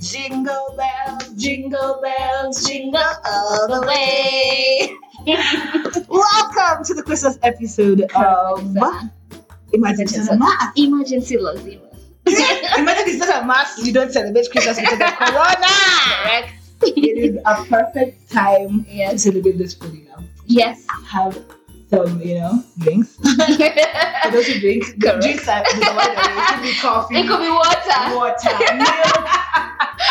Jingle bells, jingle bells, jingle all the way. Welcome to the Christmas episode of Sana. Imagine Santa Mass. emergency lazima Imagine it's not a mass, you don't celebrate Christmas because of Corona. correct It is a perfect time to yes celebrate this program. yes Have some, you know, drinks. For those who drink, the Correct. drinks are the one that it could be coffee. it could be water water, milk,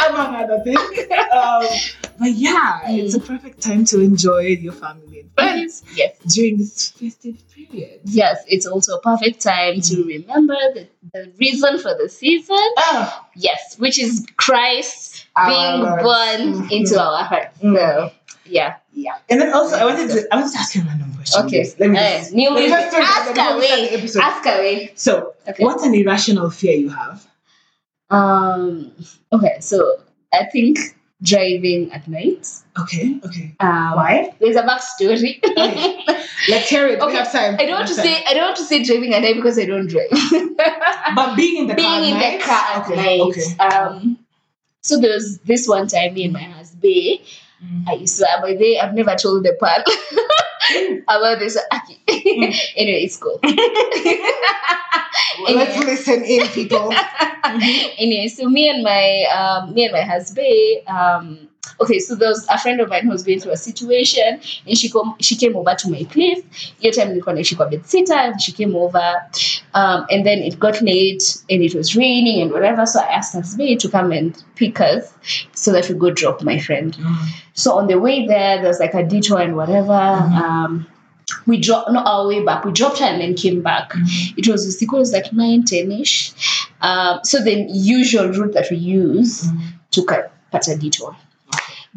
among other things. Um, but yeah, Mm. it's a perfect time to enjoy your family and friends yes during this festive period. yes it's also a perfect time to Mm. remember the, the reason for the season Oh, yes which is christ Our being Lord. born Mhm. into our hearts Mm. so yeah yeah. And then also, I wanted to I wanted to ask you a random question. okay Let me Eh, just, new let me just music. throw it ask out there before we start the away episode. ask away So, okay what's an irrational fear you have? um okay so i think driving at night Okay, okay. um, Why? there's a backstory Okay. Let's hear it. Okay, We have time. I don't want to say I don't want to say driving at night because I don't drive. But being in the car. Being in at the car at okay, night. Okay. Um, so there was this one time me and my husband. Mm. I used to by the I've never told the part Mm. about this. Aki. anyway, it's cool. Well, Let's Anyway. listen in, people. Mhm. anyway, so me and my um, me and my husband. Um, okay, so there was a friend of mine who was going through a situation, and she come she came over to my place. Your time nilikuwa naishi kwa bedsitter, and she came over, um, and then it got late, and it was raining and whatever. So I asked husband to come and pick us so that we go drop my friend. Mm, So on the way there, there's like a detour and whatever. Um, we dropped not our way back. We dropped her and then came back. It was it was like nine ten ish. Um, so the usual route that we use Mm-hmm. mm. took a cut a detour.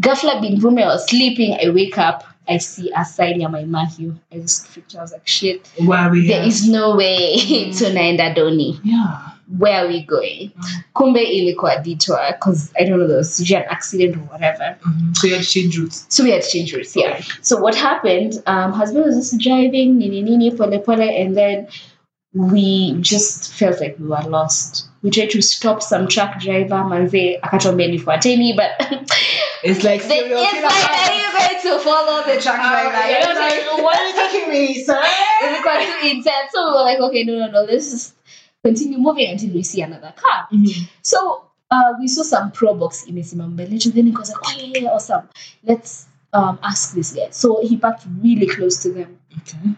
Ghafla bin Vume I was sleeping. I wake up. I see a sign near my Matthew. I just freaked. out. I was like, shit. Why are we here? There is no way to Naenda Doni Yeah. where are we going? Mm. Kumbe ilikuwa detour because I don't know there was usually an accident or whatever. Mm-hmm. So you had change routes. So we had to change routes, yeah. So what happened? Um, husband was just driving, nini nini, pole pole, and then we just felt like we were lost. We tried to stop some truck driver, manze, akatuambia nifuateni, but It's like there is serial killer. like a reason to follow the truck Oh, driver. yeah, You know it's what I mean? like, why are you taking me, sir? It got too intense. So we were like, okay, no, no, no, let's just continue moving until we see another car. So uh, we saw some pro box imesimama mbele yetu then nikaanza oh yeah, yeah, awesome. Let's um, ask this guy. So he parked really close to them. Okay.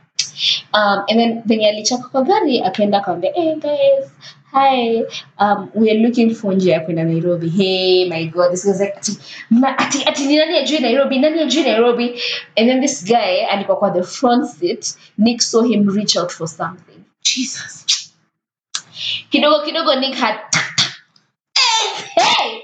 Um, and then venye alichaka kwa gari akaenda akamwambia hey guys hi um, we are looking for njia ya kwenda nairobi hey my god this was like ati, ma, ati, ati ni nani ajui nairobi nani ajui nairobi and then this guy alikuwa kwa the front seat nick saw him reach out for something Jesus. kidogo kidogo nick had hey!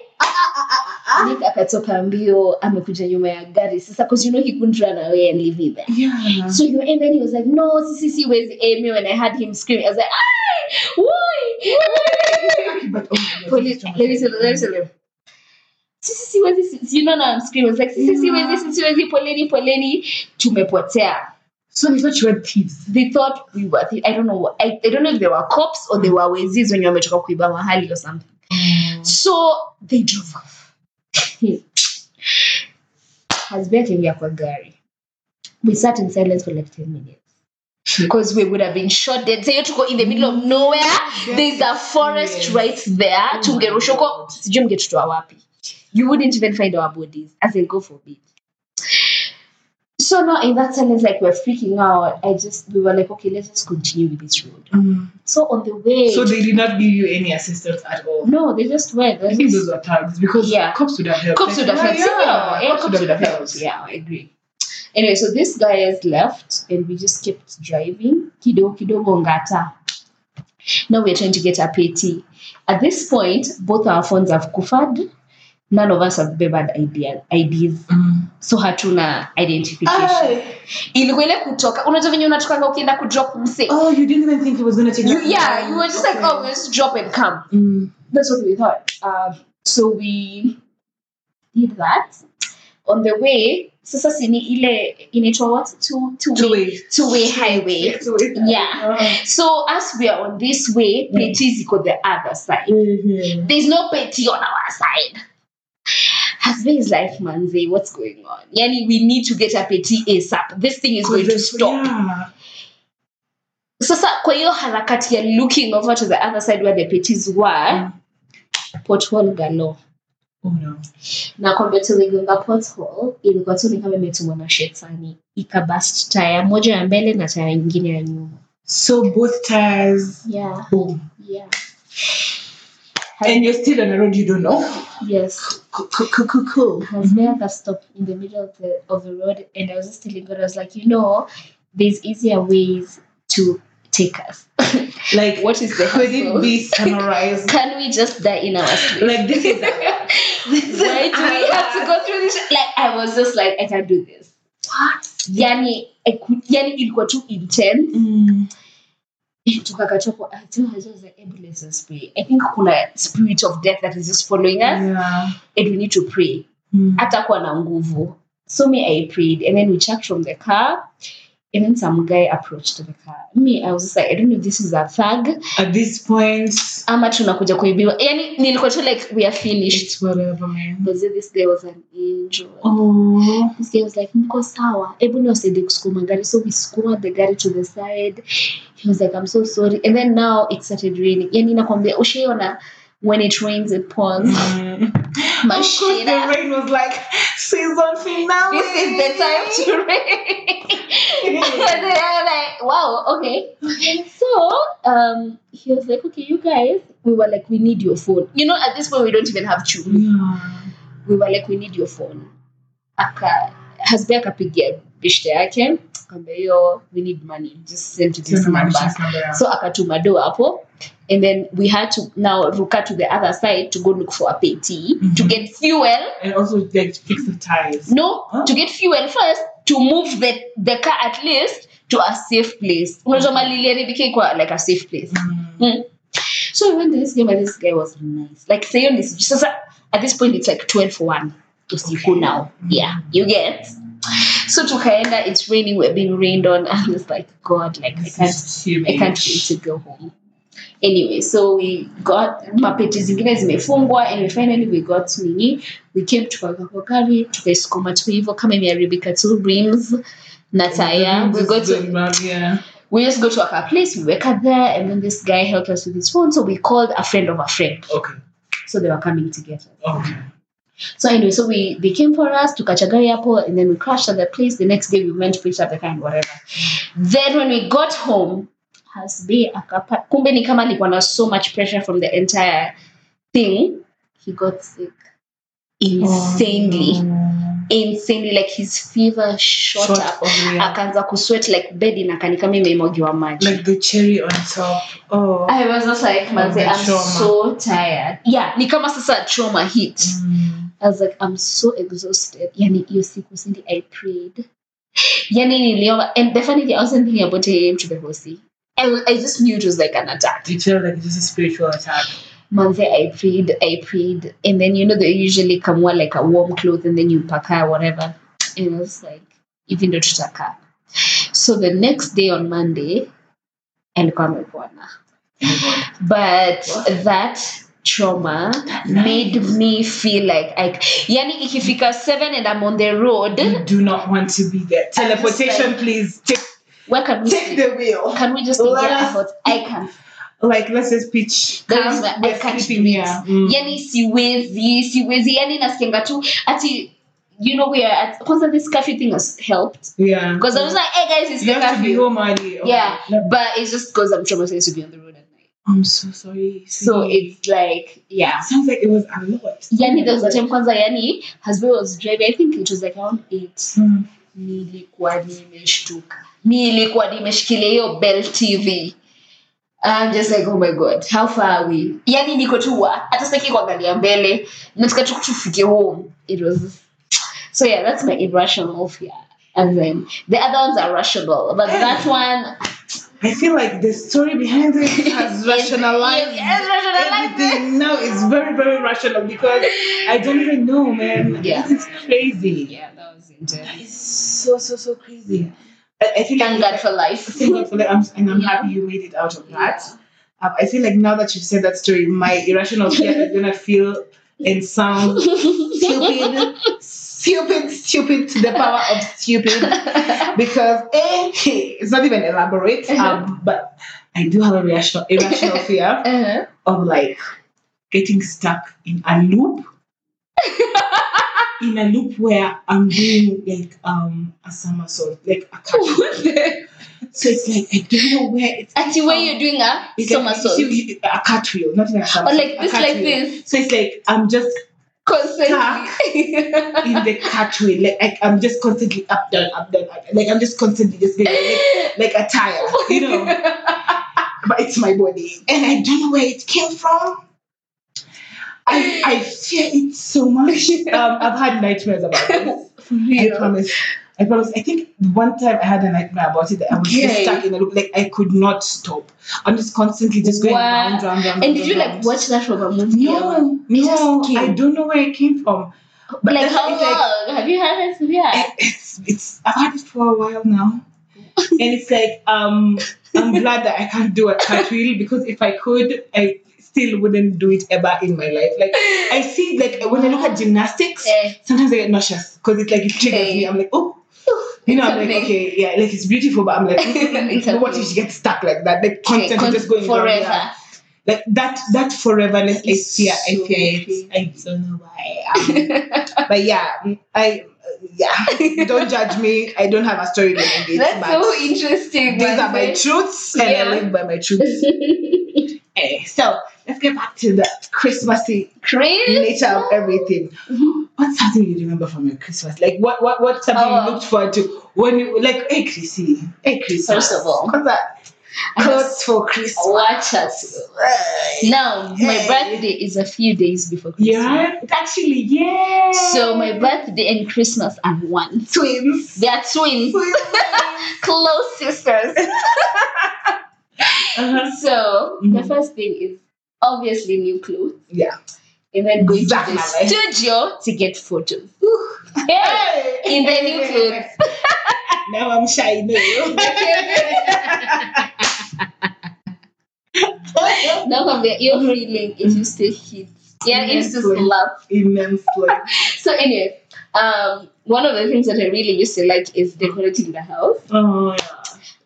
Nick akatoka mbio amekuja nyuma ya gari sasa 'cause you know he couldn't run away and leave me there Yeah. so you and then he was like no sisi si wezi aim you and I heard him scream I was like ay why why But, oh, my God, police it's traumatizing. let me tell you let me tell you sisi si wezi sisi you know now I'm screaming I was like sisi si wezi sisi si wezi poleni poleni tumepotea So they thought you were thieves. they thought we were I don't know I, I don't know if they were cops or they were wezis when you wametoka kuiba mahali or something Mm. so they drove off husband akaingia kwa gari we sat in silence for like 10 minutes because we would have been shot dead sayo tuko in the middle of nowhere there's a forest right there Oh my tungerushwa God. huko sijui mgetutoa wapi you wouldn't even find our bodies as in go forbid so now in that silence like we're freaking out i just we were like okay let's just continue with this road so on the way So they did not give you any assistance at all. no they just went I think those were thugs because Yeah. cops would have helped. cops would have Like, helped. Yeah, yeah, cops would have helped. Yeah, I agree. Anyway, so this guy has left, and we just kept driving. Kido kido gongata. Now we're trying to get a PT. At this point, both our phones have kufad. None of us have bebered idea, IDs. Mm. So hatuna identification. Ay. Ilikuwa ile kutoka. Unajua venye unatokanga ukienda kudrop mse. Oh, you didn't even think he was going to take You, that yeah, long. you were just like, Okay. oh, we'll just drop and come. Mm. that's what we thought. Um, so we did that. On the way, sasa sini ile inaitwa what? Two, two, Two way, way. two way highway. Two way. Yeah. Uh-huh. So as we are Mm. on this way, Petty is on the other side. Mhm. There's no Petty on our side. husband is like, Manze, what's going on? Yani, we need to get up a ASAP. This thing is going to stop. Yeah. Sasa, kwa hiyo harakati ya looking over to the other side where the petties were, Mm. pothole galore. Oh no. na kwambia tuligonga pothole ilikuwa tu ni kama imetumwa na shetani ikabast taya moja ya mbele na taya nyingine ya nyuma So both tires yeah, boom. yeah. And you're still on a road you don't know. yes Cool, cool, cool, cool, cool. has there ever stopped in the middle of the, of the road and i was just telling god i was like you know there's easier ways to take us Like What is the could hassle? it be summarized? can we just die in our sleep like this is why do we have to go through this shit? like i was just like i can't do this yani, I could, yani ilikuwa too intense Mm. tukakachoko i think kuna spirit of death that is just following us Yeah. and we need to pray Mm. hata kuwa na nguvu so me i prayed and then we checked from the car and then some guy approached the car me i was just like i don't know if this is a thug At this point, ama tunakuja kuibiwa yani nilikuwa tu like we are finished it's whatever, man. Because this guy was an angel Oh. This guy was like, mko sawa, hebu ni wasaidie kusukuma gari. So we scored the gari to the side. He was like, I'm so sorry. And then now it started raining. Yani nakwambia, ushaiona when it rains it pours. Mm. Of course, the Mashira. rain was like season finale. This is the time to rain. and then I'm like, wow, okay. So um, he was like, okay, you guys, we were like, we need your phone. You know, at this point, we don't even have children. Yeah. we were like we need your phone aka hasbe akapigia bishte yake akamwambia hiyo we need money just send to this number so akatuma do hapo and then we had to now ruka to the other side to go look for a peti Mhm. to get fuel and also like fix the tires. no to get fuel first to move the, the car at least to a safe place unajua mali iliharibika ikuwa like a safe place Mm. so we went to this game and this guy was nice like sayo ni sasa at this point it's like 12 1 usiku Okay. now yeah you get so tukaenda it's raining we're being rained on and it's like god like i This can't is i huge. can't wait to go home anyway so we got mapeti zingine zimefungwa anyway finally we got nini we came tukaweka kwa gari tukaisukuma tu hivyo kama imeharibika tu rims na taya Oh we This got is to very bad, yeah. we just go to our place, we wake up there, and then this guy helped us with his phone. So we called a friend of a friend. Okay. So they were coming to get us. Okay. So anyway, so we they came for us to Kachagari Apple and then we crashed at that place. The next day we went to pick up the car and whatever. Then when we got home, Hasbe akapa kumbe ni kama alikuwa na so much pressure from the entire thing, he got sick. Insanely. Insanely. Like his fever shot, Short up. of the- Akaanza kusweat like bed inakaa ni kama imeimwagiwa maji. Like the cherry on top. Oh. I was just like, man, the I'm trauma. so tired. Yeah, ni kama sasa trauma hit. Mm. I was like, I'm so exhausted. Yani, hiyo siku Cindy, I prayed. Yani, niliomba. And the funny thing, I wasn't thinking about it to the hosi. I, was- I just knew it was like an attack. You feel like this is spiritual attack. Manze, I prayed, I prayed. And then, you know, they usually come wear like a warm cloth and then you pack her, whatever. And I was like, even though tutaka. So the next day on Monday, alikuwa amepona. but that trauma made me feel like I yani ikifika seven and I'm on the road You do not want to be there. I'm just Teleportation, like- please. Take, where can we take sleep? the wheel. can we just get Let us- out I can Like, let's just pitch. That camp. is why I We're can't sleeping do it. here. Mm. yani siwezi siwezi yani nasikianga tu ati you know we are at kwanza this curfew thing has helped Yeah. because I was like hey guys it's you the have to be curfew home early. Okay. yeah but it's just because I'm traumatized to be on the road at night I'm so sorry. so Cindy. it's like yeah sounds like it was a lot. yani there was a time kwanza yani husband was driving I think it was like around eight Mm. nilikuwa nimeshtuka nilikuwa nimeshikilia hiyo bell tv I'm just like oh my god how far are we yani niko tu wa hata sitaki kuangalia mbele nataka tu tufike home it was so yeah that's my irrational fear and then the other ones are rational but that one I feel like the story behind it has rationalized Yes, rationalized everything. Now it's very, very rational because I don't even know, man. Yeah. It's crazy. yeah that was intense It's so, so, so crazy. I, I feel thank like god for life Thank God for that. I'm, and I'm Yeah. happy you made it out of that. Um, I feel like now that you've said that story, my irrational fear is gonna feel and sound stupid, stupid, stupid to the power of stupid. Because eh, it's not even elaborate. Um, but I do have a irrational, irrational fear Uh-huh. of like getting stuck in a loop. in a loop where I'm doing like um a somersault, like a What cat. the- so it's like I don't know where it's Ati where you're doing a it's like- somersault. you- you- a cartwheel, not even a somersault. like a this, like cartwheel. this. So it's like I'm just Constantly. in the cartwheel, like I, I'm just constantly up down, up down, up, down. like I'm just constantly just going like, like a tire, you know. But it's my body, and I don't know where it came from. I, I fear it so much. Um, I've had nightmares about this. For real. I promise. I promise. I think one time I had a nightmare about it. That I was just Okay. stuck in a loop. Like I could not stop. I'm just constantly just going Wow. round, round, round. And did you round, like round. watch that from a movie? or- No, It no. just came. I don't know where it came from. like that's- how it's like- long? Have you had it? Yeah. it- it's it's I've had it for a while now, and it's like um I'm glad that I can't do a cartwheel because if I could, I still wouldn't do it ever in my life. Like I see like when I look at gymnastics, Eh. sometimes I get nauseous because it's like it triggers me. I'm like oh. You know, It's I'm like, happening. okay, yeah, like it's beautiful, but I'm like, It's mm, what happening. if she gets stuck like that? Like constantly Con- just going round, forever. yeah. Like that, that foreverness, I It's fear, I so fear it. I don't know why. Um, but yeah, mm, I yeah. don't judge me. I don't have a story behind it. That's but so interesting. these are my Wednesday. truths, and Yeah. I live by my truths. anyway, so let's get back to the Christmassy Cringe. nature of everything. Mhm. What's something you remember from your Christmas? Like what what what's something Oh. you looked forward to when you like hey Chrissy, hey Christmas. First of all, what's that? I have Clothes for Christmas. Watch us. Now, my Hey. birthday is a few days before Christmas. Yeah, actually, yeah. So my birthday and Christmas are one. twins. They are twins, close sisters. Uh-huh. So the Mhm. first thing is obviously new clothes. Yeah. And then going to the Exactly. studio to get photos. Yeah. In the new clothes. Uh-huh. Now I'm shy. No. Now from there, your feeling it used to hit. Yeah, it used to Immensely. slap. Immensely. So anyway, um, one of the things that I really used to like is decorating the house. Oh, yeah.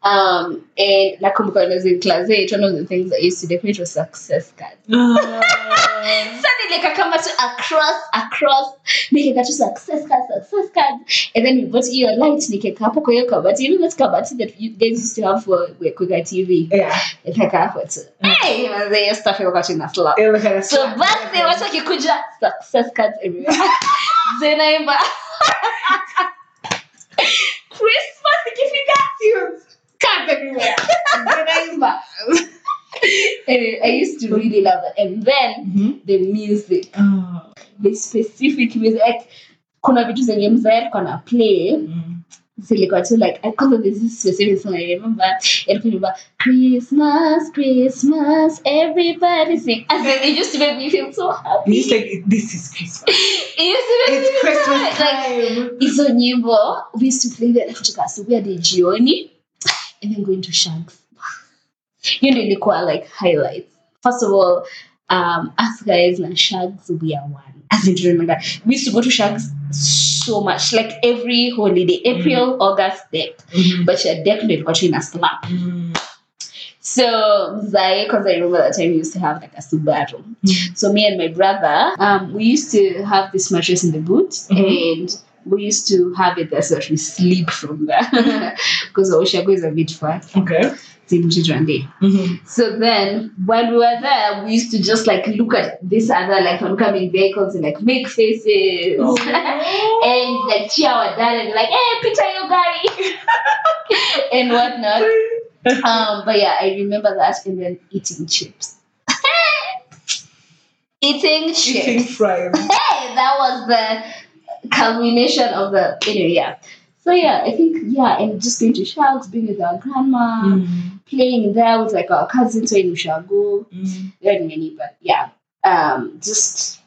Um, and nakumbuka when I was in class eight, one of the things I used to decorate was success cards. Oh. Suddenly, kakamba to across, across, nikeka to success card, success card, and then we bought your light, nikeka hapo kwa hiyo kabati, you know that kabati that you guys used to have for kuweka TV, yeah. nikeka hapo tu. Hey, manze, hiyo stuff ilikuwa tu inaslap. It was kind of So birthday watu wakikuja success cards everywhere. Zinaimba. Christmas ikifika. Cards everywhere. Zanaiba. Anyway, I used to really love it. And then Mhm. the music, Oh. the specific music. Like, kuna vitu zenye mzee alikuwa na play Mm. zilikuwa tu like I call this is specific song I remember ilikuwa imba Christmas Christmas everybody sing and then it used to make me feel so happy And It's like, this is Christmas. it used to make me It's Christmas feel like time. hizo nyimbo we used to play that kutoka asubuhi hadi jioni and then going to shanks hiyo ndio ilikuwa like highlights first of all um, us guys na shanks we are one as in do you remember we used to go to shanks so much like every holiday april august deck Mhm. but your deck ndio ilikuwa tu ina slap Mm. so mzae because i remember that time we used to have like a subaru Mm. so me and my brother, um, we used to have this mattress in the boot, Mhm. and we used to have it there so that we sleep from there because Oshago is a bit far. Okay. it's in Chitrangi. Mhm. So then, while we were there, we used to just like look at this other like oncoming vehicles and like make faces. Oh, And like cheer our dad and be like, hey, Peter, you guy, and whatnot. Um, but yeah, I remember that, and then eating chips, eating chips. Eating fries. Hey, that was the culmination of the anyway, yeah. So yeah, I think yeah, and just going to Sharks, being with our grandma, Mm. playing there with like our cousins when we shall go. Mm. There are many, but yeah. Um just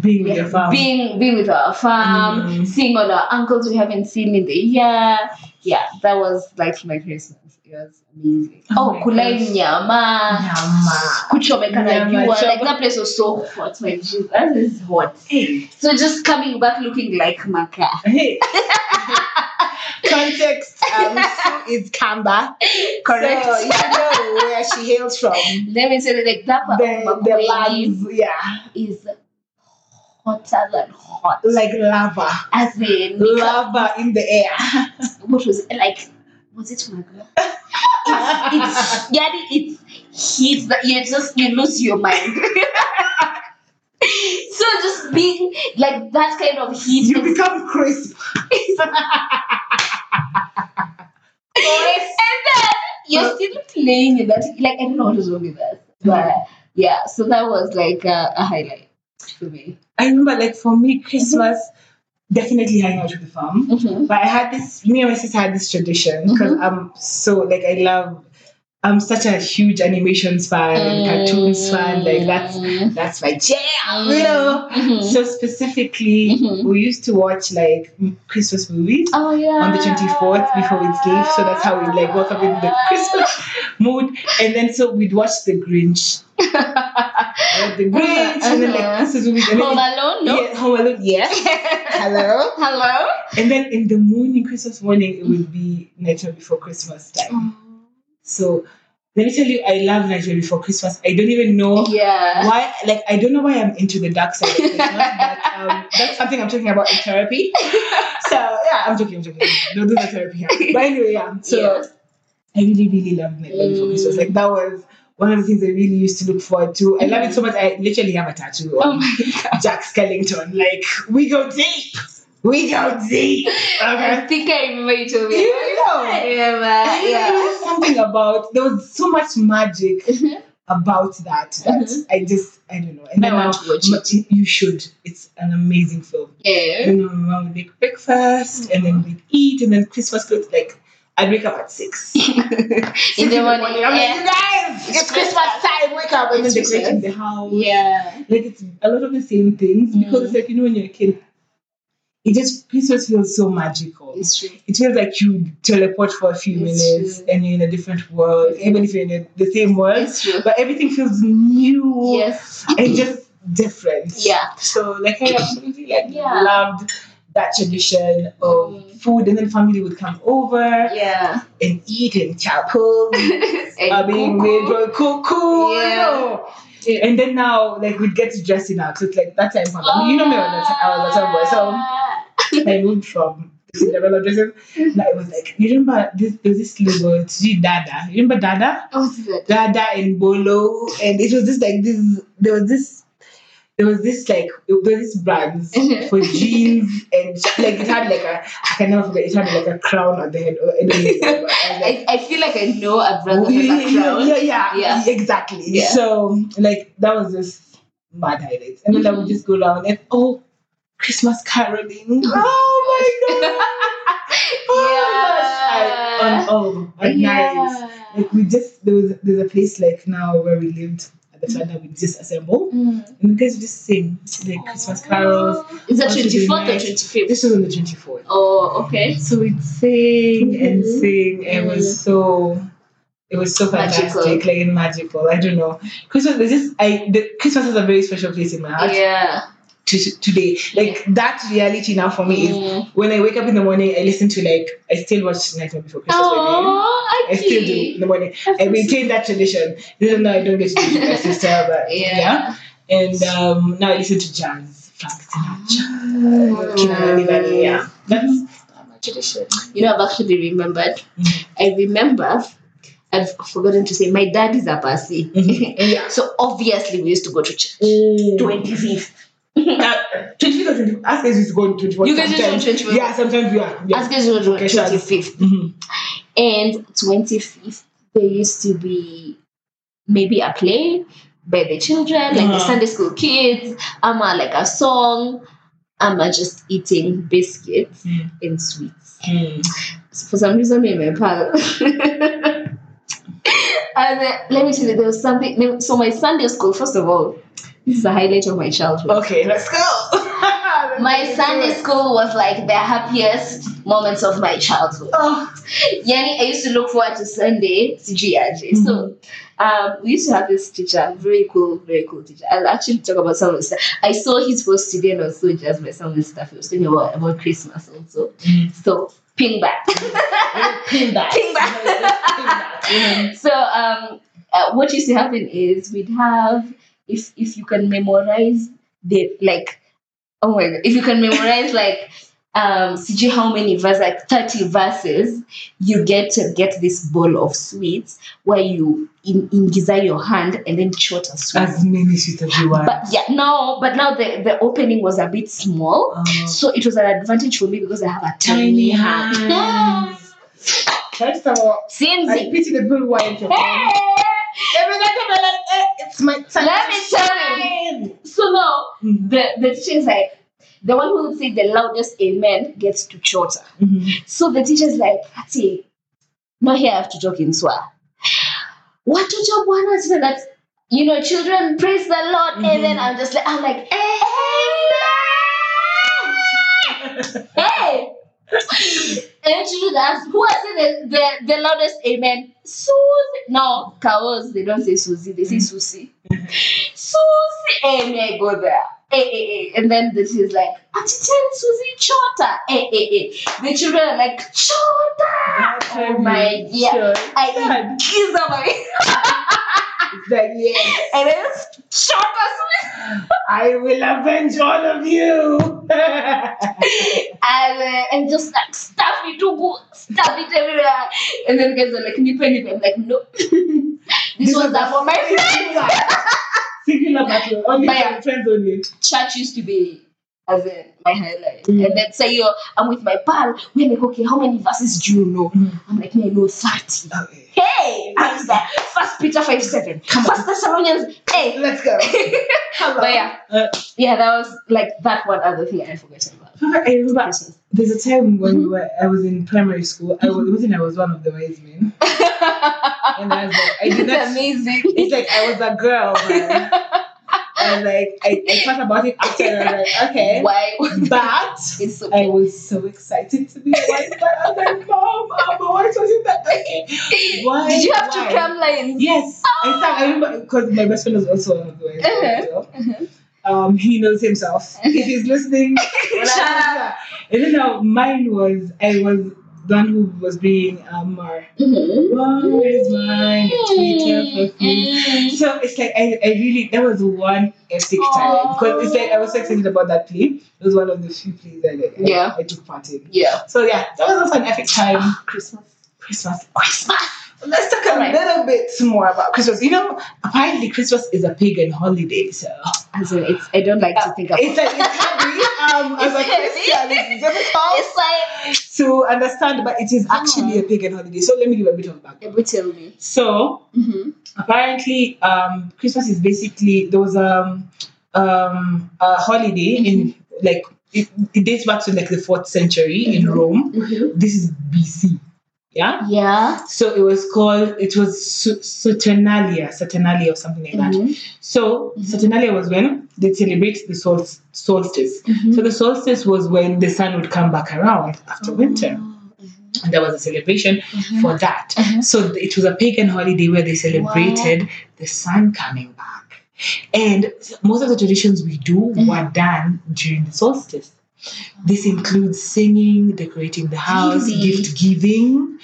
Being with your family. being being with our farm, Mm. seeing all our uncles we haven't seen in the year. Yeah, that was like my Christmas. It it was amazing. oh my kulai gosh. nyama Nyama. kuchomeka na Nyama jua choma. like that place was so hot my jesus that is hot Hey, so just coming back looking like maka hey. Context. Um, Sue is Kamba. Correct. So- you know where she hails from. let me say that like that part The, of the Makueni lands, yeah, is hotter than hot like lava, as in lava in the air. what was it like was it magma it's yani it's heat that you just you lose your mind so just being like that kind of heat you become crisp. and then you're still playing in that like I don't know what was wrong with us but yeah so that was like a, a highlight for me I remember, like for me, Christmas definitely hanging out with the farm. mm-hmm. But I had this, me and my sister had this tradition because I'm so like I love. I'm such a huge animations fan Mm. and cartoons fan. Like that's that's my jam, you know. Mm-hmm. So specifically, Mhm. we used to watch like m- Christmas movies. oh yeah on the 24th before we sleep so that's how we like woke up in the christmas mood and then so we'd watch the grinch Like, the grinch and then like Uh-huh. christmas movies and home then alone no yeah, Home Alone, yes. Hello. hello And then in the morning, Christmas morning, it would be Night Before Christmas time. Mm. So let me tell you, I love Night Before Christmas. I don't even know yeah why, like, I don't know why I'm into the dark side of Christmas, but um, that's something I'm talking about in therapy. So yeah, I'm joking, I'm joking. Don't do the therapy here. But anyway, yeah. So Yeah. I really, really loved Night Before Mm. Christmas. Like that was one of the things I really used to look forward to. I love it so much. I literally have a tattoo oh of my god Jack Skellington. Like we go deep. We go deep. Okay. I think I remember you told me You about know. it. yeah I but think there Uh, yeah was something about there was so much magic Mhm. about that that Mhm. I just I don't know. And I then want to watch but you- you should. It's an amazing film. yeah Mm-hmm. You know, my mom would make breakfast and then we'd eat and then Christmas clothes like I'd wake up at six. Six in the morning I'm like, yeah you guys, it's, It's Christmas time, wake up and then It's decorating the house. yeah Mm-hmm. Like it's a lot of the same things because it's like you know when you're a kid, it just Christmas feels so magical. it's true it feels like you teleport for a few It's minutes true. and you're in a different world, even if you're in a, the same world. it's true But everything feels new yes and just different. yeah So like I absolutely like Yeah. loved that tradition of Mm. food, and then family would come over yeah and eat and chapel. uh, I mean, we Kuku. were cuckoo, you Yeah. know. Yeah. And then now, like, we'd get to dress in our clothes. Like, that time, you know me, I was a- I was a tomboy, so I moved from Cinderella dresses. Now it was like, you remember this? There was this logo, Tiji Dada. You remember Dada? Oh, it's good. Dada and Bolo, and it was just like this. There was this. There was this like there was this brands Mhm. for jeans and like it had like a I can never forget it had like a crown on the head or anything. I was like, I, I feel like I know a brother in yeah, the background. yeah, yeah, Yeah. exactly. Yeah. So like that was just mad highlight, and then I Mm-hmm. would just go around and oh, Christmas caroling. Oh my god! Oh my gosh! I, on oh, on nights. Like we just there was there's a place like now where we lived at the time that we just assemble Mm. and the guys would just sing Oh like Christmas carols. Is that Or should 24th be or nice. 25th? This was on the twenty fourth. Oh, okay. So we'd sing and Mhm. sing. and It was so, it was so fantastic, Magical. like and magical. I don't know. Christmas is just I. The, Christmas is a very special place in my heart Yeah. to, today. Like that reality now for me is Mm. when I wake up in the morning, I listen to like I still watch Nightmare Before Christmas. by the way. Oh, I still do in the morning. I maintain that tradition. Even though I don't get to do it with my sister, but yeah. Yeah. And um, now I listen to jazz, Frank Oh, Sinatra, Mm. Kina Nani, yeah. That's my tradition. You know, I've actually remembered. Mhm. I remember, I've forgotten to say, my dad is a Parsi. Mhm. Yeah. So obviously, we used to go to church. Mm. 25th. That- 25 or 20 ask us to go on 21. You guys used to go on sometimes. 21. Yeah, sometimes we are. Yeah. As guys were doing Okay, sure. 25th. Mhm. And 25th, there used to be maybe a play by the children, like the Uh-huh. Sunday school kids, ama like a song, ama just eating biscuits Mm. and sweets. Mm. So for some reason, me and my pal. and uh, let me tell you, there was something. there- So my Sunday school, first of all, this is the highlight of my childhood. Okay, let's go. my Sunday school was like the happiest moments of my childhood. Oh, Yani, I used to look forward to Sunday, sijui aje. So, um, we used to have this teacher, very cool, very cool teacher. I'll actually talk about some of the stuff. I saw his post today and also just by some of the stuff he was talking about, about Christmas also. Mhm. So, ping back. pin that. Pin that. You know, just pin that, you know. So, um, uh, what used to happen is we'd have, if if you can memorize the, like, oh my God, if you can memorize, like, um, CG, how many verses, like 30 verses, you get to get this bowl of sweets where you in, ingiza your hand and then shot a sweet. As many sweets as you want. But yeah, no, but now the, the opening was a bit small. Oh. So it was an advantage for me because I have a Tiny tiny, hand. hands. Try to talk about- I Sinzi. pity the good wife. Every time Hey! I'm like, eh, it's my time. Let me tell you. So now the the teacher is like the one who would say the loudest amen gets to chota. Mm-hmm. So the teacher's like, Patty, now here I have to talk in Swa. What to job one is that you know, children praise the Lord, and then Mhm. I'm just like I'm like, "Amen!" hey. And children ask, who has said the, the, the loudest amen? Susie. No, cows, they don't say Susie, they say Mhm. Susie. Susie, hey, may I go there? Hey, hey, hey. And then the she's like, Auntie, tell Susie, Chota. Hey, hey, hey. The children are like, Chota. Oh my yeah. Sure. I kiss my It's like, yes, and then it's Chota Susie. I will avenge all of you. And, uh, and just like, stuff it to go, stuff it everywhere. And then guys are like, Nipa, Nipa. I'm like, no. this was that for my friends. Singular battle. Only Bye. my friends only. church used to be as in my highlight. Mm. And then say, yo, I'm with my pal. We're like, okay, how many verses do you know? Mm. I'm like, no, I know 30. Hey, what's that? First Peter 5 7. Come on. First Thessalonians. Hey. Let's go. Hello. But yeah, Uh, yeah, that was like that one other thing I forgot about. I remember Christmas. there's a time Mm-hmm. when we were, I was in primary school. I was, imagine I was one of the wise men, and I was like, I did It's not amazing. It's like I was a girl, man. And like I, I thought about it after and I was like, okay. Why? But It's so I was so excited to be a white man. I was like, Mom, I'm a white person that day. Why? Did you have why? to cram lines? Yes. I sang I remember because my best friend was also one of the white men, Uh-huh. so, Um, he knows himself. If he's listening, well, Shout out. I- and then uh, mine was I was the one who was being um, Mar. Mhm. Mar is mine, it's Peter for me. Mm. So it's like I, I really that was one epic time because it's like I was so excited about that play. It was one of the few plays that I, I- Yeah. I took part in. Yeah. So yeah, that was also an epic time. Christmas. Ah. Christmas, Christmas. Let's talk a Right. little bit more about Christmas. You know, apparently Christmas is a pagan holiday, so As in, it's, I don't like to think about it's like it's heavy. Um, as a It's heavy. Christian, it's difficult It's Uh-huh. like, to understand, but it is actually a pagan holiday. So let me give a bit of background. able tell me. So Mm-hmm. apparently um christmas is basically there was um um a holiday in like it, it dates back to like the fourth century in Mhm. rome Mm-hmm. this is bc yeah Yeah. so it was called it was Su- saturnalia saturnalia or something like that Mhm. so Mhm. saturnalia was when they celebrate the sol- solstice Mhm. so the solstice was when the sun would come back around after winter Mhm. and there was a celebration Mhm. for that. Mhm. So th- it was a pagan holiday where they celebrated the sun coming back. And s- most of the traditions we do Mm-hmm. were done during the solstice. This includes singing, decorating the house, Really? gift giving,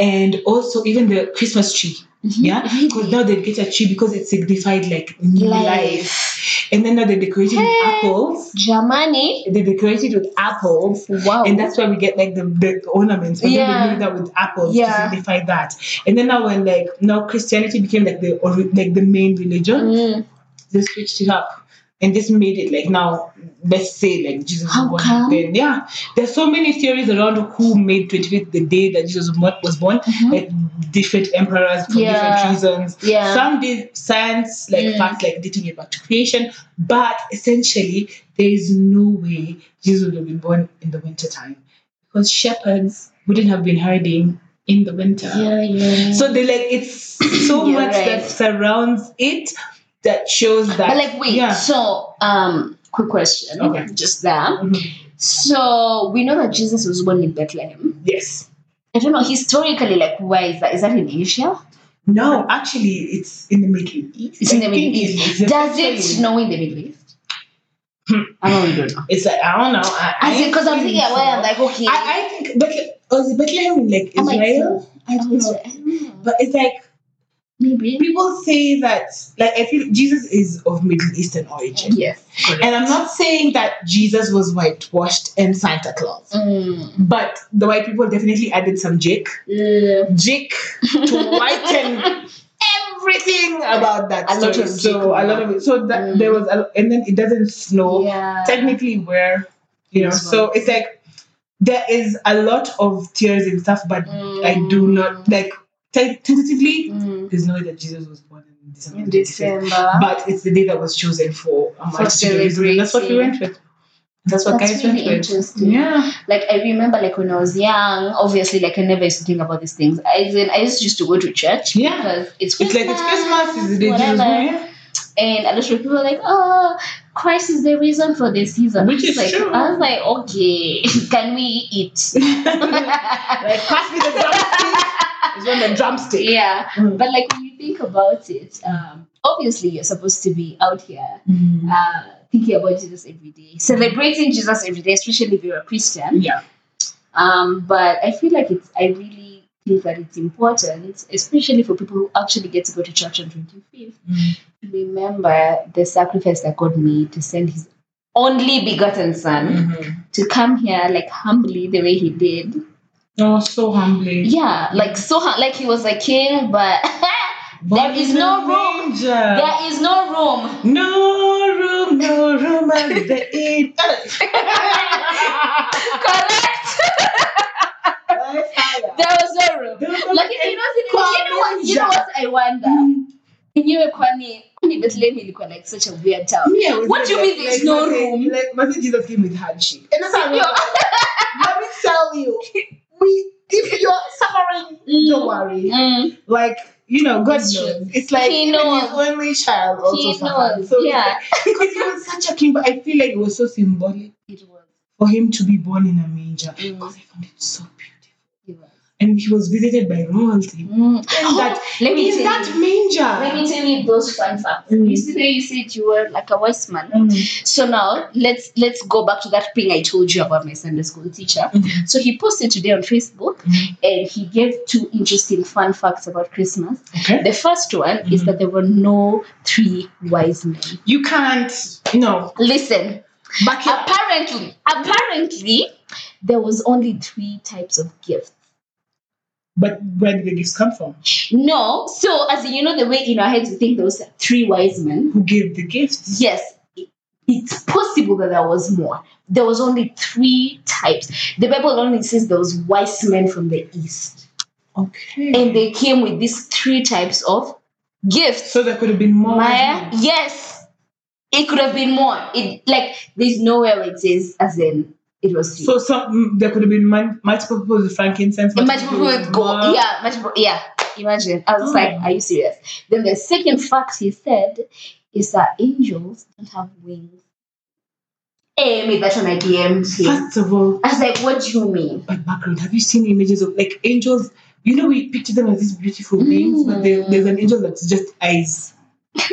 and also even the Christmas tree. Mm-hmm. Yeah, because now they get a tree because it signified like new life, and then now they decorated with Hey. apples. Germany. They decorated with apples, Wow. and that's why we get like the, the ornaments but Oh. Yeah. then they made that with apples Yeah. to signify that and then now when like now christianity became like the ori- like the main religion Mm. they switched it up and just made it like now let's say like jesus How was born come? then yeah there's so many theories around who made 25th the day that jesus was born- was born Mhm. like different emperors for Yeah. different reasons Yeah. some did science like Mm. facts like dating it back to creation but essentially there is no way jesus would have been born in the winter time because shepherds wouldn't have been herding in the winter yeah, yeah. so they like it's so You're much right. that surrounds it that shows that but like, wait. yeah So, um, quick question. Okay. Just there. Mm-hmm. So we know that Jesus was born in Bethlehem. Yes. I don't know historically, like where is that? Is that in Asia? No, actually, it's in the Middle East. It's in the I Middle think East. it's- it's Does actually- it snow in the Middle East? Hmm. I don't really don't know. It's like I don't know. I, I think because I'm think thinking it's away, I'm not. like, Oh okay. I, I think Bethlehem, was Bethlehem in like I'm like, Israel? I don't know. I don't know. But it's like Maybe. people say that like I feel Jesus is of Middle Eastern origin. Yes. And I'm not saying that Jesus was whitewashed and Santa Claus. Mm. But the white people definitely added some Jake. Yeah. Jake to whiten everything about that A story. lot of Jake so a lot of it. So that Mm. there was a and then it doesn't snow. Yeah. technically where you know Yes, so it's like there is a lot of tears and stuff but Mm. i do not like te- tentatively Mm. there's no way that jesus was born in december, In December. but it's the day that was chosen for um, For us to do this. And that's what we celebrating. went with that's what That's guys really went with interesting. yeah Like I remember, like when I was young, obviously, like I never used to think about these things. I then I just used to go to church Yeah. because it's it's like Christmas, it's christmas is the day jesus was whatever. born yeah. and a lot of people are like, "Oh, Christ is the reason for the season," Which is like, true. I was like, "Okay, can we eat?" like pass me the drumstick it's on the drumstick yeah, Mm. but like when you think about it, um, obviously you're supposed to be out here Mm. uh, thinking about Jesus every day, celebrating Jesus every day, especially if you're a Christian. yeah Um, but I feel like it's, I really think that it's important, especially for people who actually get to go to church on 25th, Mm. to remember the sacrifice that God made to send his only begotten son Mhm. to come here, like humbly, the way he did. oh so humbling Yeah, like so, hu- like he was a king, but There is no room. there there is no room. No room, no room at the inn. Correct? There was no room. Like, you know, you know what, you know what I wonder? Yenyewe kwani kwani Bethlehem ilikuwa like such a weird town. What do you mean there's no room? Like, Matthew Jesus came with handshake. And that's how I'm like, let me tell you, we, if you're suffering, don't worry. Mm, Like, you know, God It's true. knows. It's like He even knows. his only child also he suffered. knows. So it's yeah. like- because he was such a king, but I feel like it was so symbolic It was. for him to be born in a manger. Mm. Because I found it so beautiful. It was. And he was visited by royalty. Oh, that- let me Is tell that you. Let manger? me tell you those fun facts. Mm. You see, there you said you were like a wise man. Mm. So now let's let's go back to that thing I told you about my Sunday school teacher. Mhm. So he posted today on Facebook, Mhm. and he gave two interesting fun facts about Christmas. Okay. The first one is Mhm. that there were no three wise men. You can't. No. Listen, Back up. apparently, apparently, there was only three types of gifts. But where did the gifts come from? No, so as in, you know the way in our heads we think there was three wise men. Who gave the gifts? Yes, it- it's possible that there was more. There was only three types. The Bible only says there was wise men from the east, Okay. and they came with these three types of gifts. so there could have been more. Maya, yes, it could have been more. It like there's nowhere where it says as in it was three. So some mm, there could have been mul- multiple people with frankincense. Imagine people with gold. myrrh. Yeah, imagine, yeah. Imagine. I was Oh. like, are you serious? Then the second fact he said is that angels don't have wings. Eh, Hey, made that on my DMs. I First of all, was like, what do you mean? but background. Have you seen images of like angels? You know, we picture them as these beautiful beings, but there, Mm. there's an angel that's just eyes.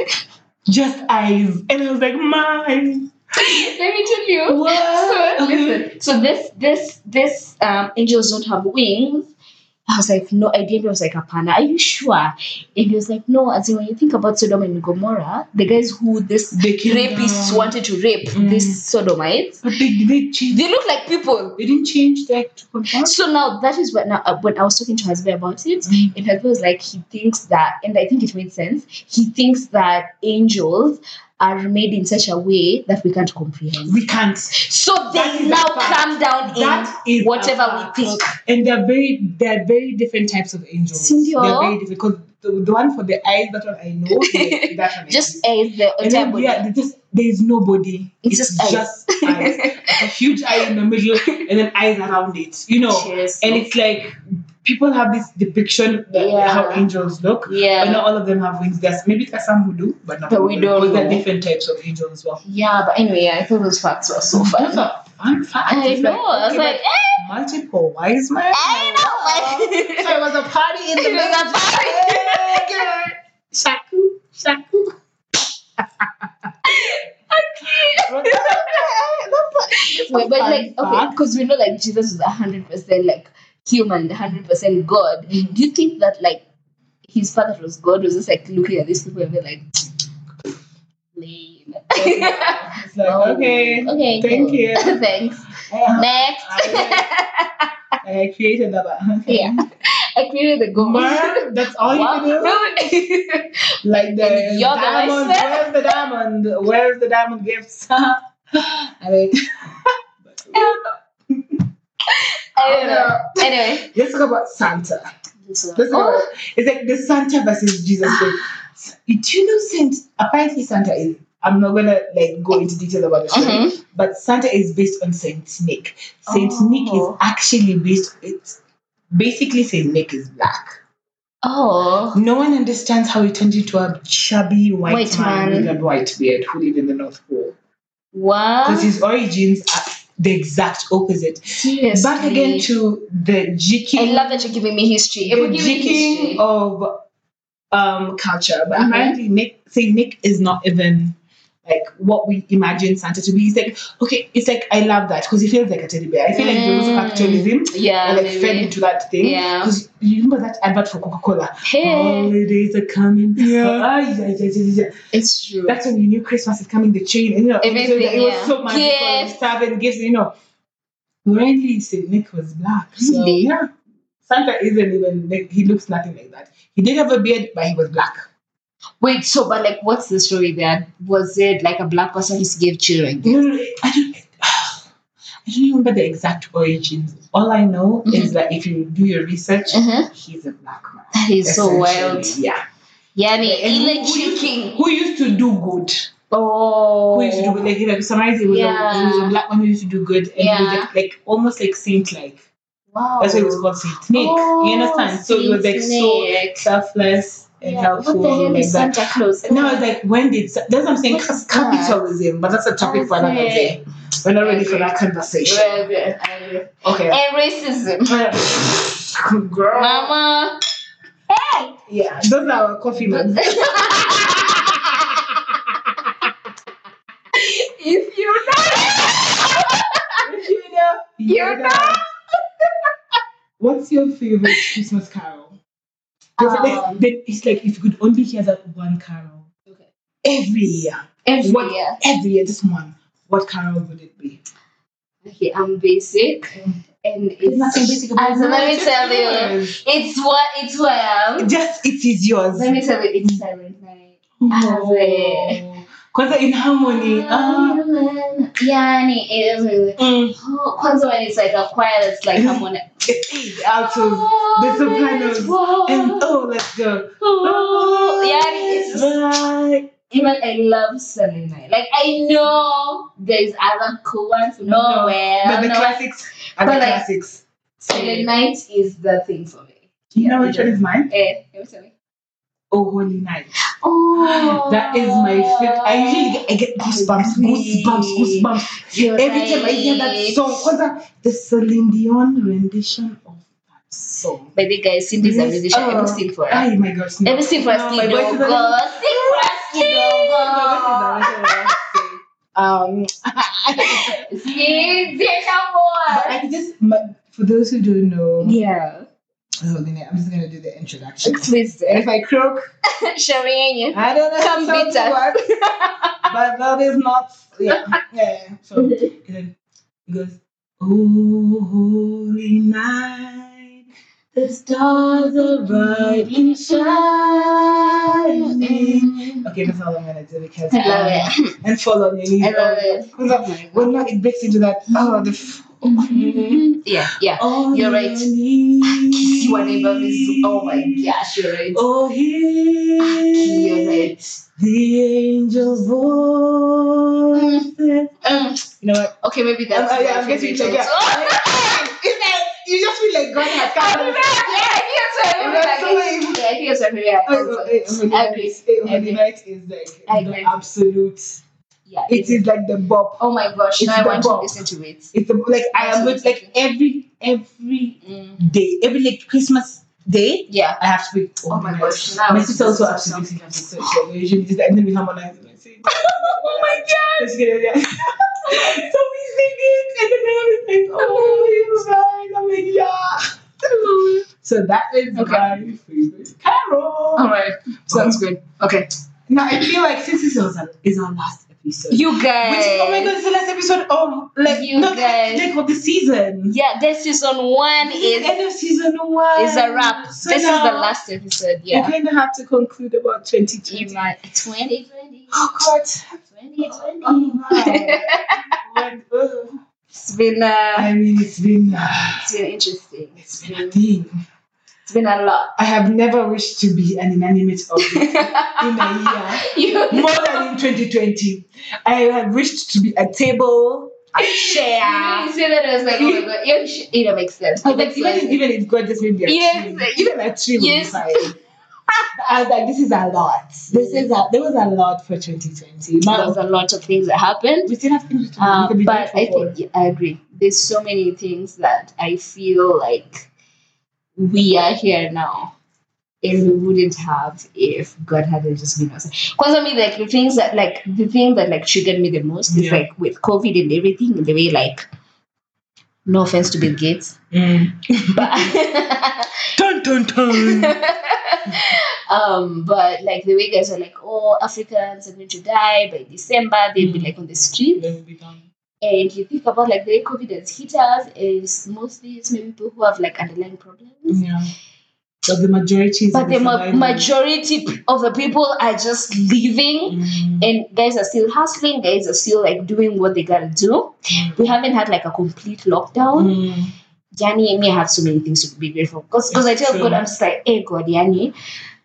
just eyes. And I was like, mine. Let me tell you. What? So, listen. So this, this, this, um, angels don't have wings. I was like, no, I didn't. I was like, Apana, are you sure? And he was like, no. As in, when you think about Sodom and Gomorrah, the guys who this They came rapists down. wanted to rape Mm. these sodomites, But they, they changed. they look like people. They didn't change like to conform. So now that is what now uh, when I was talking to Hasbe about it, Mm-hmm. and Hasbe was like he thinks that, and I think it made sense. He thinks that angels are made in such a way that we can't comprehend. We can't. So That they is a now fact. come down in That is whatever a fact. we think. And they're very they're very different types of angels. Sindio. They're very different because the, the one for the eyes, that one I know. the- that one I Just know. as the and entire then, body. yeah, they just there's no body. It's just eyes. just eyes. Like a huge eye in the middle and then eyes around it. You know. Cheers. And it's like people have this depiction that Yeah. how angels look. But yeah not all of them have wings. There's maybe there's some who do, but not But all we of them. don't But there are know. different types of angels as well. yeah but anyway yeah, i thought those facts were so Those fun are fun facts. i It's know i was okay, like eh, but multiple wise men. i know So it was a party in the It was a middle. party. Yeah, girl. Shaku, shaku. Wait, but like okay, because we know like Jesus was hundred percent like human, hundred percent God. Mhm. Do you think that like his father was God was just like looking at these people and be like lame? It's like, No. okay. okay, thank cool. you. thanks. I, Next, I created that. but Okay. yeah, I created the Gomer. Mar, that's all you Wow. can do. Like the And you're the diamond, vice. where's the diamond? Where's the diamond gifts? I mean, I don't know. Anyway, let's talk about Santa. this one. Let's talk Oh, about, it's like the Santa versus Jesus thing. Do you know Saint? Apparently, Santa is. I'm not gonna like go into detail about the story, mhm. but Santa is based on Saint Nick. Saint Oh. Nick is actually based. It's basically Saint Nick is black. oh, No one understands how he turned into a chubby white, White man, man. with a white beard who lived in the North Pole. wow. Because his origins are the exact opposite. Seriously. Back again to the I jiking, love that you're giving me history. It the would give me history. jiking of um, culture. But Mhm. apparently, Nick, say Nick is not even like what we imagine Santa to be. He's like, okay, it's like I love that because he feels like a teddy bear. I feel like there was Mm. capitalism. Yeah, and like maybe. fed into that thing. Yeah. Because you remember that advert for Coca Cola? Hey, Holidays are coming. Yeah. Ah, yeah, yeah, yeah, yeah. it's true. That's when you knew Christmas is coming, the chain, and you know, Everything, it was, it was yeah. so magical. and Gifts. Stuff and gifts, you know. Really, Saint Nick was black. So, Really? Yeah. Santa isn't even, like, he looks nothing like that. He did have a beard, but he was black. Wait, so but like, what's the story there? Was it like a black person who gave children? You know, I don't. I don't remember the exact origins. All I know is that if you do your research, Mm-hmm. Uh-huh. he's a black man. That is so wild. essentially. Yeah. Yani, And who- yeah, who like used- chicken. Who used to do good? Oh, who used to do good. Like if I summarize it, it was, a, it was a Yeah. black woman who used to do good and he was Yeah. Oh. like, like almost like saint like. wow. That's why it was called Saint Nick. Oh, you understand? So it was like so selfless and yeah. What helpful. the hell like is that. Santa Claus? No, it's like when did that's what I'm saying What is that? capitalism, but that's a topic for That's another it. day. We're not ready for that conversation. Well, good. I agree. Okay. And racism, Girl. Mama. Hey. Yeah, those are our coffee mugs. if you know. you know, You know. What's your favorite Christmas carol? There's a- Um, there- it's like if you could only hear that one carol Okay. every year, Every What- year. every year, just one. What carol would it be? Okay, I'm basic, and There's it's about as- it. let me It's tell you. yours. it's what it's what I am. Just it is yours. Let me tell you, it's silent night. have it. Uh-huh. Kwanza in harmony. Ah. Yeah, and it is really. mm. Oh, Kwanzaa when it's like a choir that's like I'm on It's out of the sopranos. And uh, oh, let's go. yeah, it's just- Right. Even I love Silent Night. Like I know there's other cool ones. No, No, well, But the no, classics are the But like- classics. Silent Night is the thing for me. You know which one is mine? Eh, let me tell you. Oh, Holy Night. Oh, That is my favorite. I usually get, I get goosebumps, Agree. goosebumps, goosebumps. You're Every time I hear that right. song, Kwanzaa, the Celine Dion rendition of that song. By the guys, Cindy's a Yes, musician. uh, Every sing for us. Ay, my gosh. no. Every sing for us. No, Sing my voice don't is go. not- Sing for us. Sing My don't voice is not- Um, go. Sing, sing but no I just, my, for those who don't know, more. Yeah. Holy Night, I'm just gonna do the introduction. Please, And if I croak, Sharing. I don't know Come how beat to but that is not. Yeah, yeah. yeah. So And then he goes, Oh, holy night, the stars are brightly shining. Okay, that's all I'm gonna do because I love it. And fall on your knees. I love it. it. Well, now it breaks into that. Oh, the. F- Yeah, yeah. on You're your right. knees. Kiss your neighbor is. Oh my gosh, you're right. Oh, You're hear right. the angel's voice. Mm. You know what? Okay, maybe that's. Oh, yeah, my I'm getting favorite choked up. also. It's like, you just feel say God has covered. Oh, Holinite oh, is like I the agree. absolute. It is like the Bob. Oh my gosh, It's now I the want to bomb. listen to it. It's the, like I am with like every every day, every like Christmas day. Mm, Yeah. I have to be. Oh my gosh, now My it's sister also just absolutely something. loves it. So it's like, we usually just and then we harmonize and I say, Oh my So she gets- yeah. So we sing it, and then everything. Oh, right. I'm like, yeah. god. So that is Okay. my favorite carol. All right. Sounds good. Okay. Now I feel like since this was our, is our last episode. You guys. Which is, oh my god, it's the last episode of like You not guys. like of the season. Yeah, this season one This is the is end of season one. is a wrap. So this now is the last episode. Yeah. We kind of have to conclude about 2020. Ima- 2020. Oh god. 2020. Oh, wow. What- ugh. It's been uh, I mean, it's been uh, it's been interesting. it's been a thing. It's been a lot. I have never wished to be an inanimate object in a you year more than in 2020. I have wished to be a table, a chair. You say that I was like, oh my god, yeah, sh- it don't make sense. I It was like, makes even, sense. even if God just made me a Oh, Yes. tree, even a tree would Yes. be fine. But I was like, this is a lot. This is a, there was a lot for 2020. There Now, was a lot of things that happened. we still have things to do. We Um, can be but I grateful think yeah, I agree. There's so many things that I feel like we are here now, and we wouldn't have if God hadn't just been us. Because I mean, like the things that like the thing that like triggered me the most is Yeah. like with COVID and everything, the way like. No offense to Bill Gates, for. Mm. but Dun, dun, dun. um, but like the way guys are like, oh, Africans are going to die by December, they'll be Mm. like on the streets Let me be done. and you think about like the way COVID has hit us, is mostly it's maybe people who have like underlying problems. yeah. But the majority is But the ma- Mm. surviving. majority p- of the people are just leaving, Mm. and guys are still hustling. Guys are still like doing what they gotta do. Mm. We haven't had like a complete lockdown. Mm. Yanni and me have so many things to be grateful because I It's tell true. God I'm just like, hey God, Yanni.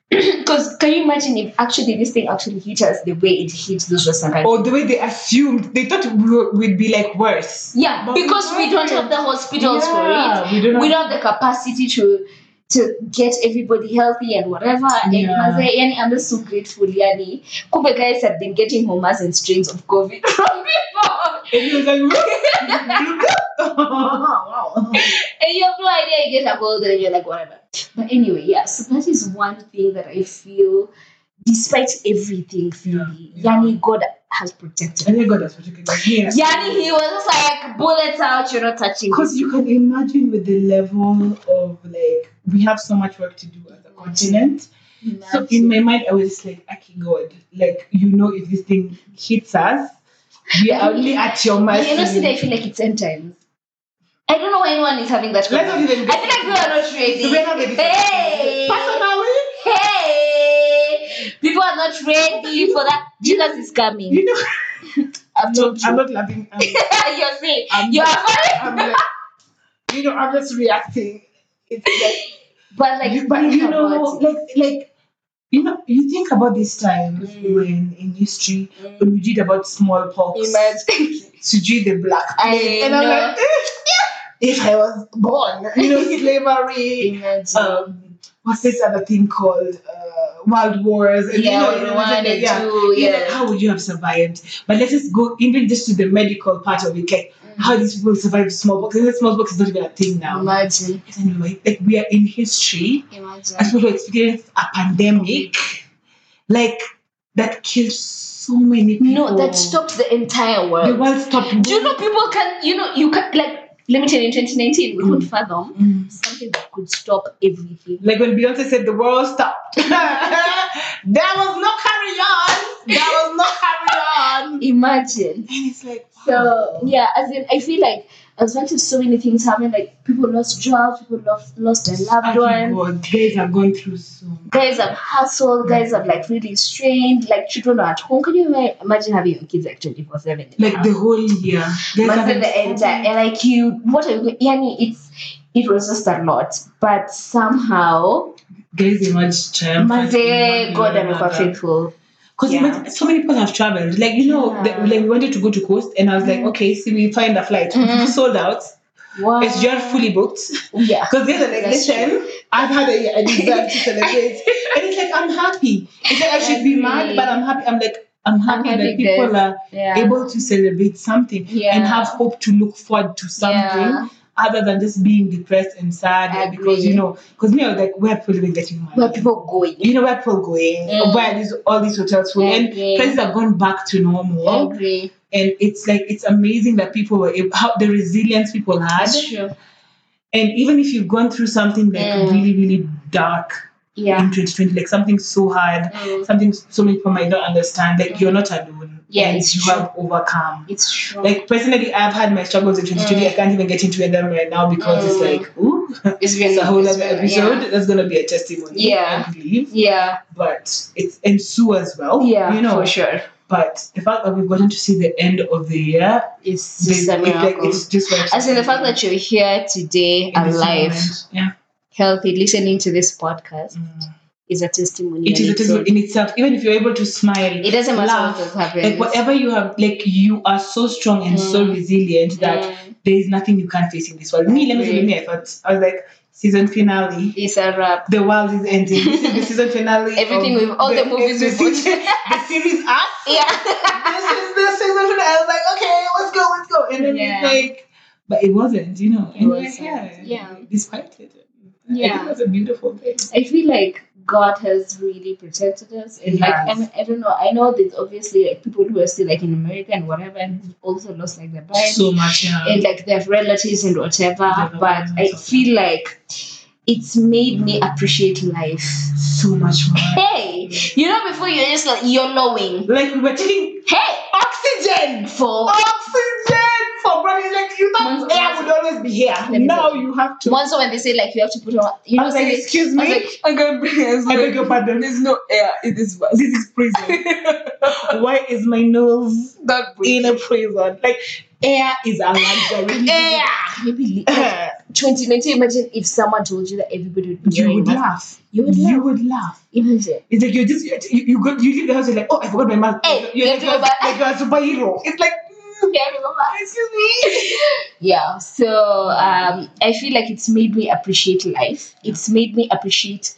Because can you imagine if actually this thing actually hit us the way it hit those Western countries? Or the way they assumed, they thought we were- we'd be like worse. Yeah, But we because we weren't. don't have the hospitals for it. Yeah, We don't we have don't have the capacity to to get everybody healthy and whatever and Yeah. mazee, yani, i'm just so grateful yani kumbe guys have been getting homers and strains of covid from people And he was like, wow. and you have no idea you get a cold and you're like whatever but anyway yeah so that is one thing that i feel despite everything really Yeah, yeah. yani god has protected And then God has protected us here. yani he was just like bullets out you're not touching Because this." you can imagine with the level of like, we have so much work to do as a continent. So in my mind, I was just like, Aki God, like, you know, if this thing hits us, we are only at your mercy. you know, see, I feel like it's end times. I don't know why anyone is having that. Let's not problem. even I feel like we are not ready. So we're not ready. for Hey, this. Personally, hey, people are not ready for that. Jesus is coming. you know, I've no, told I'm you. not laughing. I'm, You're saying I'm you are not- funny, I'm like, you know, I'm just reacting. It's like, but like, but think you know, about it. like, like, you know, you think about these times Mm. when in history Mm. when we read about smallpox, imagine. to do the black I plague, and I'm know. like, "Eh, if I was born, you know, slavery, Imagine. um, what's this other thing called, uh, world wars, and yeah, you know, we and everything, want to yeah. do. You're like, Yeah. how would you have survived? But let us go even just to the medical part of it, like Mm. how these people survived smallpox. And smallpox is not even a thing now. Imagine. And like, like we are in history Imagine. as people experience a pandemic like that kills so many people. No, that stopped the entire world. The world stopped. Do you know people can, you know, you can, like, let me tell you, in 2019, we couldn't fathom Mm. something that could stop everything. Like when Beyonce said the world stopped. there was no carry on. There was no carry on. And Imagine. it's like So, wow. yeah, as in, I feel like as much as so many things happened, like, people lost jobs, people lost, lost their loved Thank ones. Oh God, guys are going through so much. Guys have hustled, guys have like really strained, like children are at home. Can you ima- imagine having your kids like 24 7? like the whole year. Guys But have been then the end, and like you, what are you, yani, it's, it was just a lot. But somehow, guys emerged triumphant. Maze, God amekuwa faithful. Because Yeah. so many people have traveled. Like, you know, Yeah. the- like we wanted to go to Coast, and I was like, Mm. okay, see, we find a flight. Mm. Sold out. Wow. It's just fully booked. yeah. Because they're like, That's listen, I've had a year, I deserve to celebrate. and it's like, I'm happy. It's like, I should be mad, Agree. but I'm happy. I'm like, I'm happy happy that people there's- are Yeah. able to celebrate something yeah. and have hope to look forward to something Yeah. other than just being depressed and sad. Because, Agree. you know, because me, I was like, where are people getting money? Where people going? you know, where people going? Mm. Where are these, all these hotels full? And Agree. prices have gone back to normal. Agree. And it's like, it's amazing that people were able, how the resilience people had. That's true. And even if you've gone through something like Mm. really, really dark Yeah. in 2020, like something so hard, Mm. something so many people might not understand, like you're not alone. Yeah, and it's you true. have overcome. It's true. Like personally, I've had my struggles in 2020. Mm. I can't even get into them right now because it's Mm. like, ooh, it's been it's a whole it's other been- episode. That's gonna be a testimony. Yeah. I believe. Yeah. But it's and Sue as well. Yeah. yeah Oh, you know. For sure. But the fact that we've gotten to see the end of the year, It's just a it's like miracle. it's just like As in the fact that you're here today, in this alive, moment, Yeah. healthy, listening to this podcast Mm. is a testimony. it on is a its testimony own. in itself even if you're able to smile It doesn't matter Laugh. what has happened. like whatever you have like you are so strong and so Mm. resilient that Mm. there is nothing you can't face in this world me let me tell you Agree. me i thought i was like season finale it's a wrap. the world is ending this is the season finale of Everything we've all the, movies the, we've watched. series, the series us yeah. this is the season finale i was like okay let's go let's go and then Yeah. it's like but it wasn't you know It and we're wasn't. here, Yeah. despite it I Yeah. think that's a beautiful thing I feel like God has really protected us, and He like has. I, mean, I don't know, I know there's obviously like people who are still like in America and whatever, and who've also lost like their parents so much yeah. and like their relatives and whatever. Yeah, But I that's feel like it's made me appreciate life. so much more Hey, you know, before you're just like you're knowing. like we were taking Hey, oxygen for oxygen for bodies like you thought Months- air would always be here me now see. you have to once when they say like you have to put on, you I know, was like, say- excuse I was me, like, I'm gonna bring it. I beg your pardon. There's no air in this bus. This is prison. Why is my nose That in a prison? Like, air is a luxury. Yeah. Can you believe? Like, 2019, imagine if someone told you that everybody would be You wearing would masks. laugh. You would laugh. You would laugh. Imagine. It's like you're just you, you go you leave the house. You're like, oh, I forgot my mask. Hey, you're like, you have to you're, like you're a superhero. It's like, mm, Yeah, I remember. excuse me. Yeah, so um, I feel like it's made me appreciate life. It's made me appreciate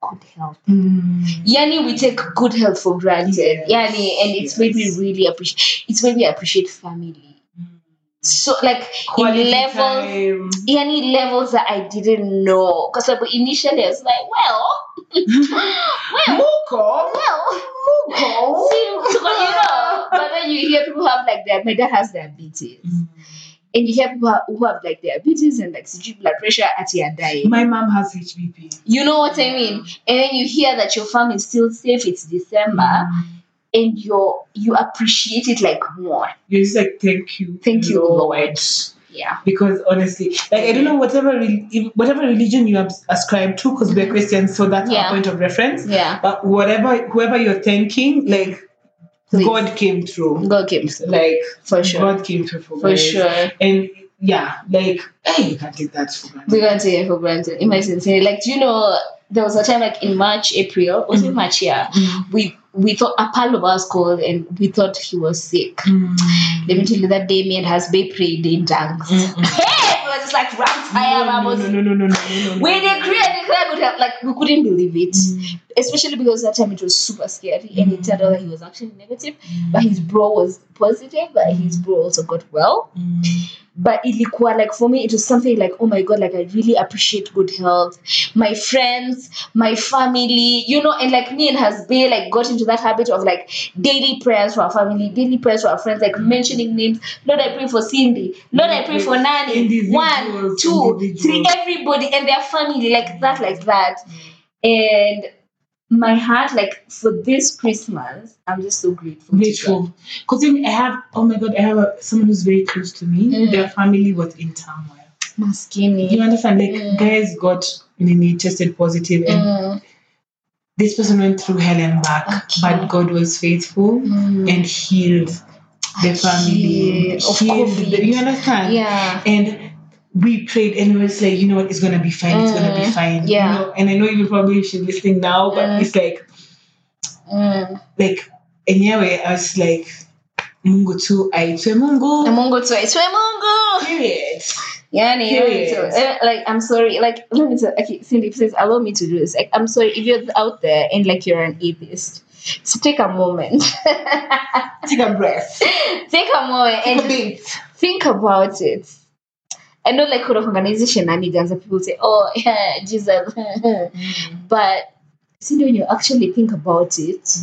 good health. mm. Yani, we take good health for granted. Yes, Yani, and it's made me yes. really appreciate. It's made me appreciate family. Mm. So like Quality in levels. time. Any levels that I didn't know, because initially I was like, well, well, Muko? well, Muko? See, you know, but then you hear people have like that. My dad has diabetes, and you hear people who have like diabetes and like sijui blood pressure at your dying. My mom has HBP. You know what I mean? And then you hear that your farm is still safe. It's December, and you you appreciate it like more. You're just like, thank you. Thank you, Lord. Yeah, Because honestly, like I don't know whatever re- if- whatever religion you abs- ascribe to, because we're Christians, so that's Yeah. our point of reference. yeah. But whatever, whoever you're thanking, like Please. God came through. God came through, Like for sure, God came through for, for guys. sure. And yeah, like hey, you can't take that for granted. We're gonna take it for granted. Imagine, saying, like, do you know, there was a time like in March, April, was it Mhm. March? Yeah. we we thought a pal of us called and we thought he was sick. Let me tell you that day me and has been prayed in tongues. Mm-mm. Hey, we were just like rats. I am I No, was no, no, no, no, no, no, no. we decree and declare good health. Like we couldn't believe it. Especially because that time it was super scary and it turned out that he was actually negative. But his bro was positive, but his bro also got well. But ilikuwa like for me it was something like, oh my god, like I really appreciate good health. My friends, my family, you know, and like me and Hasbe like got into that habit of like daily prayers for our family, daily prayers for our friends, like mentioning names. Lord, I pray for Cindy. Lord, I pray for Nani. One, Individuals, two, three, individuals. everybody and their family, like that, like that. And my heart, like for this Christmas, I'm just so grateful. to God. grateful because I have oh my god I have a, someone who's very close to me Mm. their family was in turmoil you Maskini. understand like Mm. guys got really tested positive and Mm, this person went through hell and back Okay. but God was faithful mm. and healed the family Yeah, of healed COVID. the, you understand Yeah. and we prayed and we was like you know what it's gonna be fine it's gonna be Mm. fine Yeah. you know and I know you probably should listening now but Mm. it's like Mm. like anyway I was like Mungu tu aitwe Mungu Mungu tu aitwe Mungu. Period. Yani, let me tell, Yes. eh, like I'm sorry, like let me tell. Okay, Cindy, please allow me to do this. Like I'm sorry if you're out there and like you're an atheist. So take a moment, Take a breath. take a moment, Take and a just beat. think about it. I know like kuna kunakonganisha shenanigans and people say, oh yeah, Jesus. but see when you actually think about it,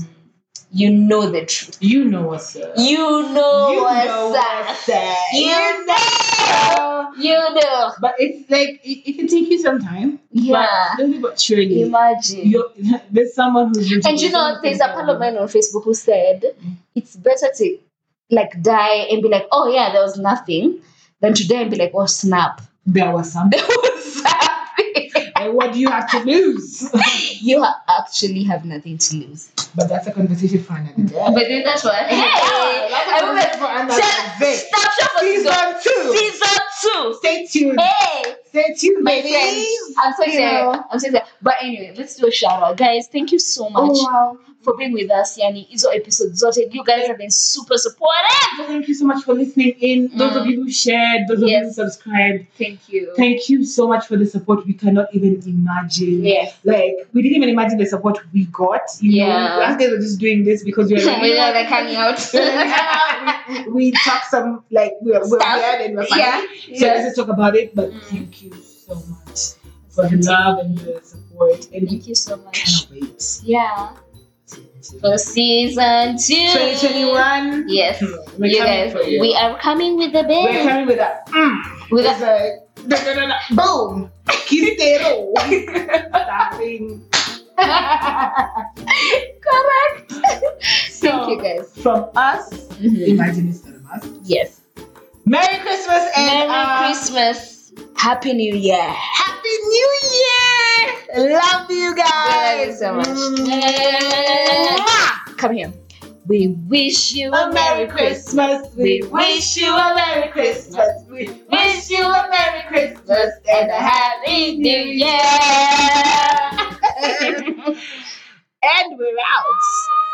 you know the truth. You know what's up. Mm-hmm. You know You what's know up. what's up. You know. You know. But it's like it, it can take you some time. Yeah. But slowly but surely, Imagine. you're, there's someone who's reaching and you know, there's a pal of someone mine on Facebook who said Mm. it's better to like die and be like, oh yeah, there was nothing, than to die and be like, oh snap, there was something. there was nothing. and what do you have to lose? you ha- actually have nothing to lose. but that's a conversation for another day. But then that's what. Hey, that's a I remember- conversation for another Shut- day. Stop shop for Season season, two. season two. Stay tuned. Hey. Stay tuned, my baby. friends. I'm so You excited. know. I'm so excited. But anyway, let's do a shout out, guys. Thank you so much Oh wow! for being with us. Yani, hizo episodes zote. You guys have been super supportive. Thank you so much for listening in. Those Mm. of you who shared, those of you who Yes. subscribed, Thank you. thank you so much for the support. We cannot even imagine. yes. Like we didn't even imagine the support we got. You Yeah. know, last days we're just doing this because we were like, We're like hanging out. we, we, we talk some like we're we're Stuff. weird and we're funny. yeah. So let's just talk about it. But Mm. thank you so much for the love and the support. And we Thank you so much. cannot wait. Yeah. For season two. 2021. Yes. We're you coming guys, for you. we are coming with a We're bang. coming with a mm. With It's a like da, da, da, da, boom. Quintero. Starting. correct. So, mm-hmm. Thank you guys. From us, Mhm. imagine instead of us. Yes. Merry Christmas and Merry uh, Christmas. Happy New Year. Happy New Year. Love you guys. Mm. We love you so much. Mwah. Come here. We wish you A Merry Christmas. We wish you a Merry Christmas. We wish you a Merry Christmas and a Happy New Year. Year. and we're out.